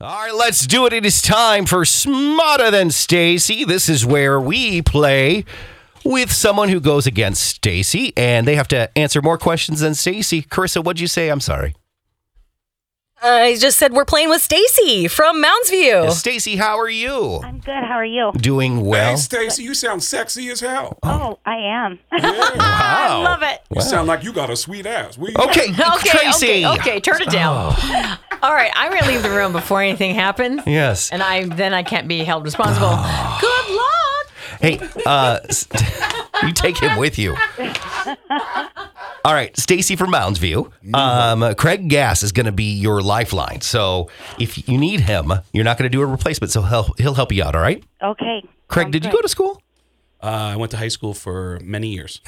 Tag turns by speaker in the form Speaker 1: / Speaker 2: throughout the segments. Speaker 1: All right, let's do it. It is time for Smarter Than Stacy. This is where we play with someone who goes against Stacy, and they have to answer more questions than Stacy. Carissa, what'd you say? I'm sorry.
Speaker 2: I Uh, just said we're playing with Stacy from Moundsview.
Speaker 1: Stacy, how are you?
Speaker 3: I'm good. How are you?
Speaker 1: Doing well.
Speaker 4: Hey, Stacy, you sound sexy as hell.
Speaker 3: Oh, I am.
Speaker 4: Yeah.
Speaker 1: Wow.
Speaker 2: I love it.
Speaker 4: You sound like you got a sweet ass. Where you at?
Speaker 1: Okay,
Speaker 2: Okay,
Speaker 1: Tracy.
Speaker 2: okay, okay. Turn it down. All right, I'm gonna leave the room before anything happens,
Speaker 1: Yes.
Speaker 2: and I then I can't be held responsible. Good luck.
Speaker 1: Hey, uh, s- you take him with you. All right, Stacy from Moundsview. Um, Craig Gass is going to be your lifeline. So if you need him, you're not going to do a replacement. So he'll he'll help you out. All right,
Speaker 3: Okay.
Speaker 1: Craig. did you go to school?
Speaker 5: Uh, I went to high school for many years.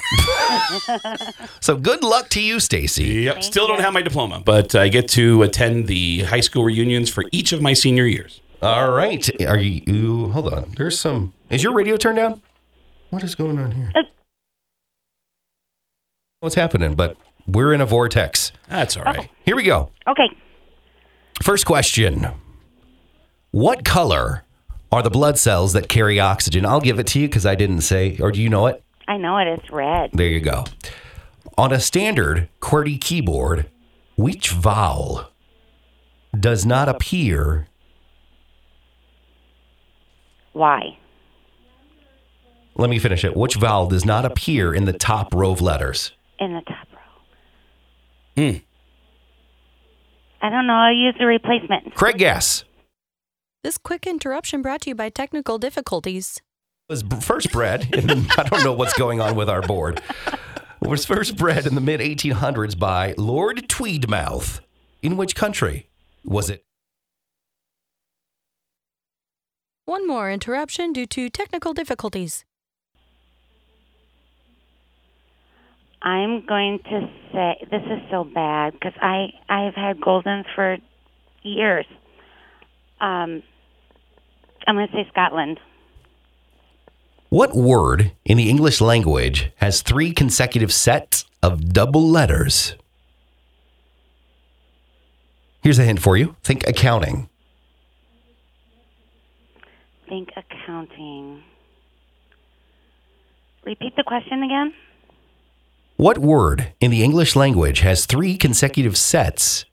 Speaker 1: So good luck to you, Stacy.
Speaker 5: Yep. Still don't have my diploma, but I get to attend the high school reunions for each of my senior years.
Speaker 1: All right. Are you, you? Hold on. There's some. Is your radio turned down? What is going on here? What's happening? But we're in a vortex.
Speaker 5: That's all right.
Speaker 1: Here we go.
Speaker 3: Okay.
Speaker 1: First question What color are the blood cells that carry oxygen? I'll give it to you because I didn't say, or do you know it?
Speaker 3: I know it. It's red.
Speaker 1: There you go. On a standard QWERTY keyboard, which vowel does not appear?
Speaker 3: Why?
Speaker 1: Let me finish it. Which vowel does not appear in the top row of letters?
Speaker 3: In the top row. Hmm. I don't know. I used a replacement.
Speaker 1: Craig Gass
Speaker 6: This quick interruption brought to you by technical difficulties.
Speaker 1: was b- first bred. In the, I don't know what's going on with our board. Was first bred in the mid 1800s by Lord Tweedmouth. In which country was it?
Speaker 6: One more interruption due to technical difficulties.
Speaker 3: I'm going to say this is so bad because I I've had golden for years. Um, I'm going to say Scotland.
Speaker 1: What word in the English language has three consecutive sets of double letters? Here's a hint for you. Think accounting.
Speaker 3: Think accounting. Repeat the question again.
Speaker 1: What word in the English language has three consecutive sets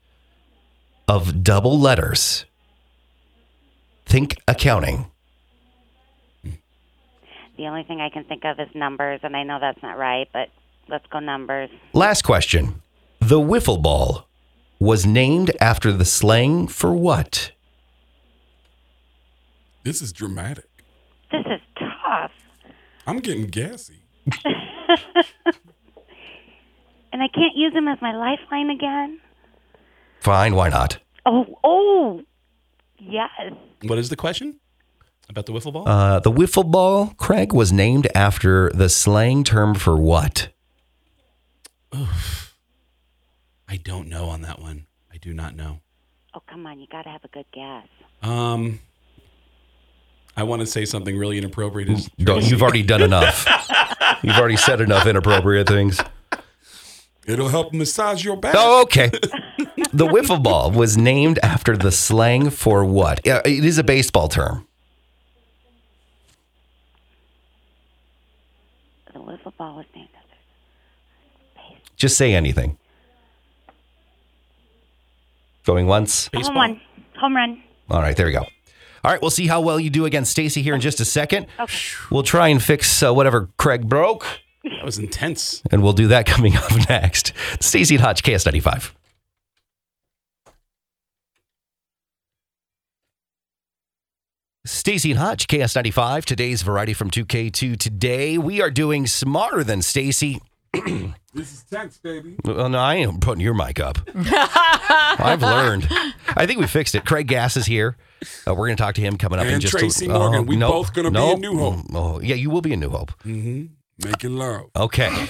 Speaker 1: of double letters? Think accounting.
Speaker 3: The only thing I can think of is numbers, and I know that's not right, but let's go numbers.
Speaker 1: Last question. The wiffle ball was named after the slang for what?
Speaker 4: This is dramatic.
Speaker 3: This is tough,
Speaker 4: I'm getting gassy.
Speaker 3: and I can't use him as my lifeline again.
Speaker 1: Fine, why not?
Speaker 3: Oh, oh, yes.
Speaker 5: What is the question about the wiffle ball?
Speaker 1: Oh. Uh, the wiffle ball, Craig, was named after the slang term for what?
Speaker 5: I don't know on that one. I do not know.
Speaker 3: Oh, come on, you got to have a good guess.
Speaker 5: Um, I want to say something really inappropriate. Is
Speaker 1: No, you've already done enough. you've already said enough inappropriate things.
Speaker 4: It'll help massage your back.
Speaker 1: Oh, okay. The wiffle ball was named after the slang for what? Uh, It is a baseball term.
Speaker 3: The wiffle ball was named after.
Speaker 1: Just say anything. Going once.
Speaker 5: baseball.
Speaker 3: Home run. Home run.
Speaker 1: All right, there we go. All right, we'll see how well you do against Stacy here in just a second. We'll try and fix uh, whatever Craig broke,
Speaker 5: That was intense.
Speaker 1: and we'll do that coming up next. Stacy and Hodge, KS95. Stacy and Hutch, KS95, today's variety from 2K2. Today, we are doing Smarter Than Stacy.
Speaker 4: This is tense, baby.
Speaker 1: Well, no, I am putting your mic up. I've learned. I think we fixed it. Craig Gass is here. Uh, we're going to talk to him coming up in
Speaker 4: And
Speaker 1: just
Speaker 4: Tracy
Speaker 1: a uh,
Speaker 4: Morgan. We both gonna be in
Speaker 1: nope.
Speaker 4: New Hope.
Speaker 1: Oh, yeah, you will be in New Hope.
Speaker 4: Mm-hmm. Making love
Speaker 1: Okay.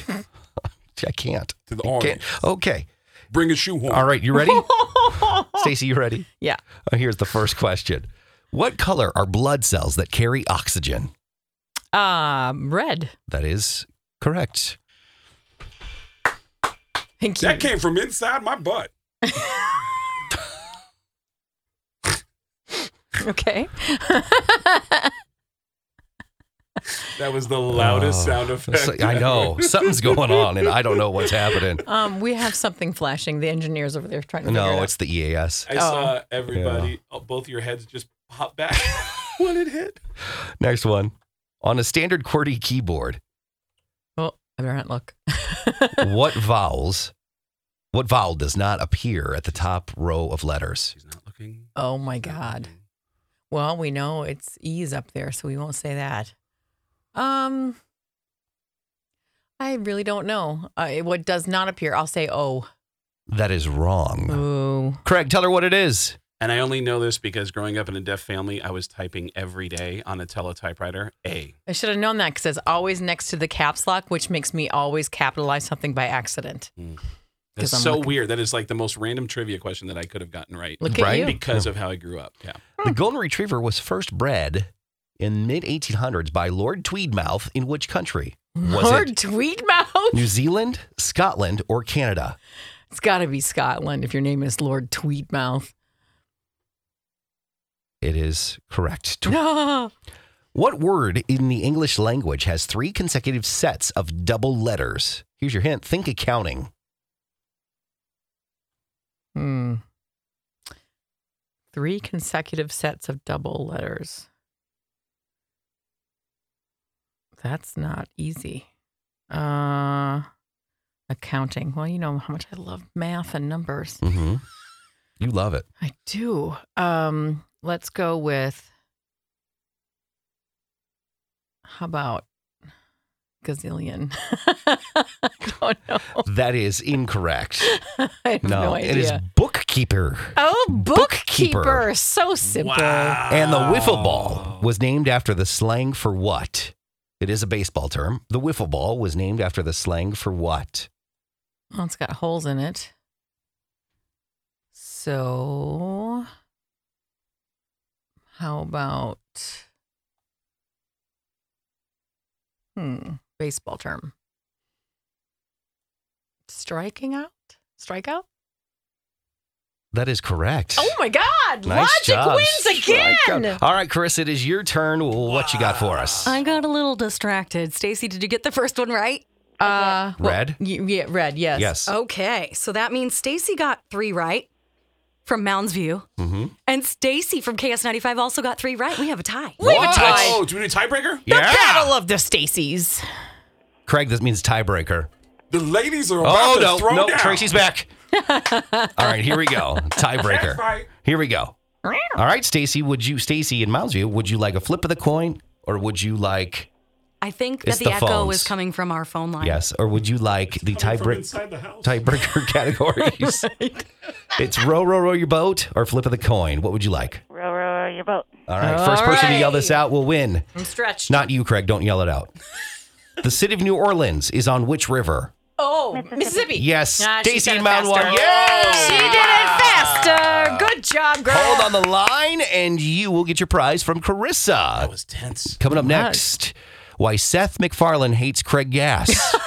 Speaker 1: I can't.
Speaker 4: to the
Speaker 1: I can't.
Speaker 4: audience.
Speaker 1: Okay.
Speaker 4: Bring a shoe horn.
Speaker 1: All right, you ready? Stacy, you ready?
Speaker 2: Yeah.
Speaker 1: Uh, Here's the first question. What color are blood cells that carry oxygen?
Speaker 2: Um, red.
Speaker 1: That is correct.
Speaker 2: Thank you.
Speaker 4: That came from inside my butt.
Speaker 6: Okay.
Speaker 5: That was the loudest
Speaker 1: Oh,
Speaker 5: sound
Speaker 1: it's
Speaker 5: effect.
Speaker 1: like- I know something's going on, and I don't know what's happening.
Speaker 7: Um, we have something flashing. The engineers over there trying to. figure
Speaker 1: No,
Speaker 7: it
Speaker 1: it's the E EAS.
Speaker 5: I saw everybody,
Speaker 4: uh,
Speaker 5: oh, both your heads just pop back when it hit.
Speaker 1: Next one. On a standard QWERTY keyboard,
Speaker 7: out. Oh, I better not look.
Speaker 1: what vowels? What vowel does not appear at the top row of letters?
Speaker 5: She's not looking.
Speaker 7: Oh my god. Well, we know it's E's up there, so we won't say that. Um, I really don't know. Uh, what does not appear? I'll say oh. O.
Speaker 1: That is wrong.
Speaker 7: Ooh.
Speaker 1: Craig, tell her what it is.
Speaker 5: And I only know this because growing up in a deaf family, I was typing every day on a teletypewriter A.
Speaker 7: I should have known that because it's always next to the caps lock, which makes me always capitalize something by accident.
Speaker 5: That's
Speaker 7: 'Cause I'm
Speaker 5: so
Speaker 7: looking-
Speaker 5: weird. That is like the most random trivia question that I could have gotten right.
Speaker 7: Look
Speaker 1: Right?
Speaker 7: at you.
Speaker 5: Because of how I grew up. Yeah.
Speaker 1: The golden retriever was first bred in mid 1800s by Lord Tweedmouth in which country? Was
Speaker 7: Lord
Speaker 1: it
Speaker 7: Tweedmouth.
Speaker 1: New Zealand, Scotland, or Canada?
Speaker 7: It's got to be Scotland if your name is Lord Tweedmouth.
Speaker 1: It is correct. Tw-
Speaker 7: No.
Speaker 1: What word in the English language has three consecutive sets of double letters? Here's your hint. Think accounting.
Speaker 7: Hmm. Three consecutive sets of double letters. That's not easy. Uh, accounting. Well, you know how much I love math and numbers.
Speaker 1: Mm-hmm. You love it.
Speaker 7: I do. Um, let's go with. How about gazillion? I don't know.
Speaker 1: That is incorrect.
Speaker 7: I have no,
Speaker 1: No,
Speaker 7: idea.
Speaker 1: it is bookkeeper.
Speaker 7: Oh,
Speaker 1: Bookkeeper.
Speaker 7: bookkeeper. So simple.
Speaker 1: And the
Speaker 4: Oh.
Speaker 1: wiffle ball was named after the slang for what? It is a baseball term. The wiffle ball was named after the slang for what?
Speaker 7: Well, it's got holes in it. So, how about hmm, baseball term? Striking out? Strikeout?
Speaker 1: That is correct.
Speaker 7: Oh my God!
Speaker 1: nice
Speaker 7: Logic
Speaker 1: job.
Speaker 7: wins again.
Speaker 1: Strike out. All right, Chris, it is your turn. What you got for us?
Speaker 6: I got a little distracted. Stacy, did you get the first one right?
Speaker 7: Uh, well,
Speaker 1: Red?
Speaker 7: y- yeah, red. Yes. Oh,
Speaker 1: yes.
Speaker 6: Okay. So that means Stacy got three right from Mounds View.
Speaker 1: Mm-hmm.
Speaker 6: And Stacy from KS95 also got three right. We have a tie.
Speaker 7: We have a tie.
Speaker 5: Oh, do we need a tiebreaker?
Speaker 7: The
Speaker 1: Yeah.
Speaker 7: battle of the Stacies.
Speaker 1: Craig, this means tiebreaker.
Speaker 4: The ladies are about
Speaker 1: Oh,
Speaker 4: to throw
Speaker 1: no. No,
Speaker 4: down.
Speaker 1: Tracy's back. All right, here we go. Tiebreaker.
Speaker 4: That's right.
Speaker 1: Here we go. All right, Stacy, would you, Stacy in Moundsview, would you like a flip of the coin or would you like,
Speaker 6: I think
Speaker 1: It's
Speaker 6: that the,
Speaker 1: the
Speaker 6: echo
Speaker 1: phones.
Speaker 6: is coming from our phone line.
Speaker 1: yes, or would you like the
Speaker 5: Coming from
Speaker 1: tiebreaker?
Speaker 5: inside the house.
Speaker 1: tiebreaker categories. It's row, row, row your boat or flip of the coin. What would you like?
Speaker 3: Row, row, row your boat.
Speaker 1: All right. first
Speaker 7: All
Speaker 1: person to yell
Speaker 7: right.
Speaker 1: this out will win.
Speaker 7: I'm stretched.
Speaker 1: Not you, Craig. Don't yell it out. the city of New Orleans is on which river?
Speaker 7: Oh, Mississippi.
Speaker 1: Yes.
Speaker 7: Ah, she
Speaker 1: Stacy
Speaker 7: said it
Speaker 1: Mound
Speaker 7: faster.
Speaker 1: One. Yes.
Speaker 7: She did it faster. Good job, girl.
Speaker 1: Hold on the line, and you will get your prize from
Speaker 5: That
Speaker 1: Carissa.
Speaker 5: was tense.
Speaker 1: Coming up
Speaker 7: Nice.
Speaker 1: next, why Seth MacFarlane hates Craig Gass.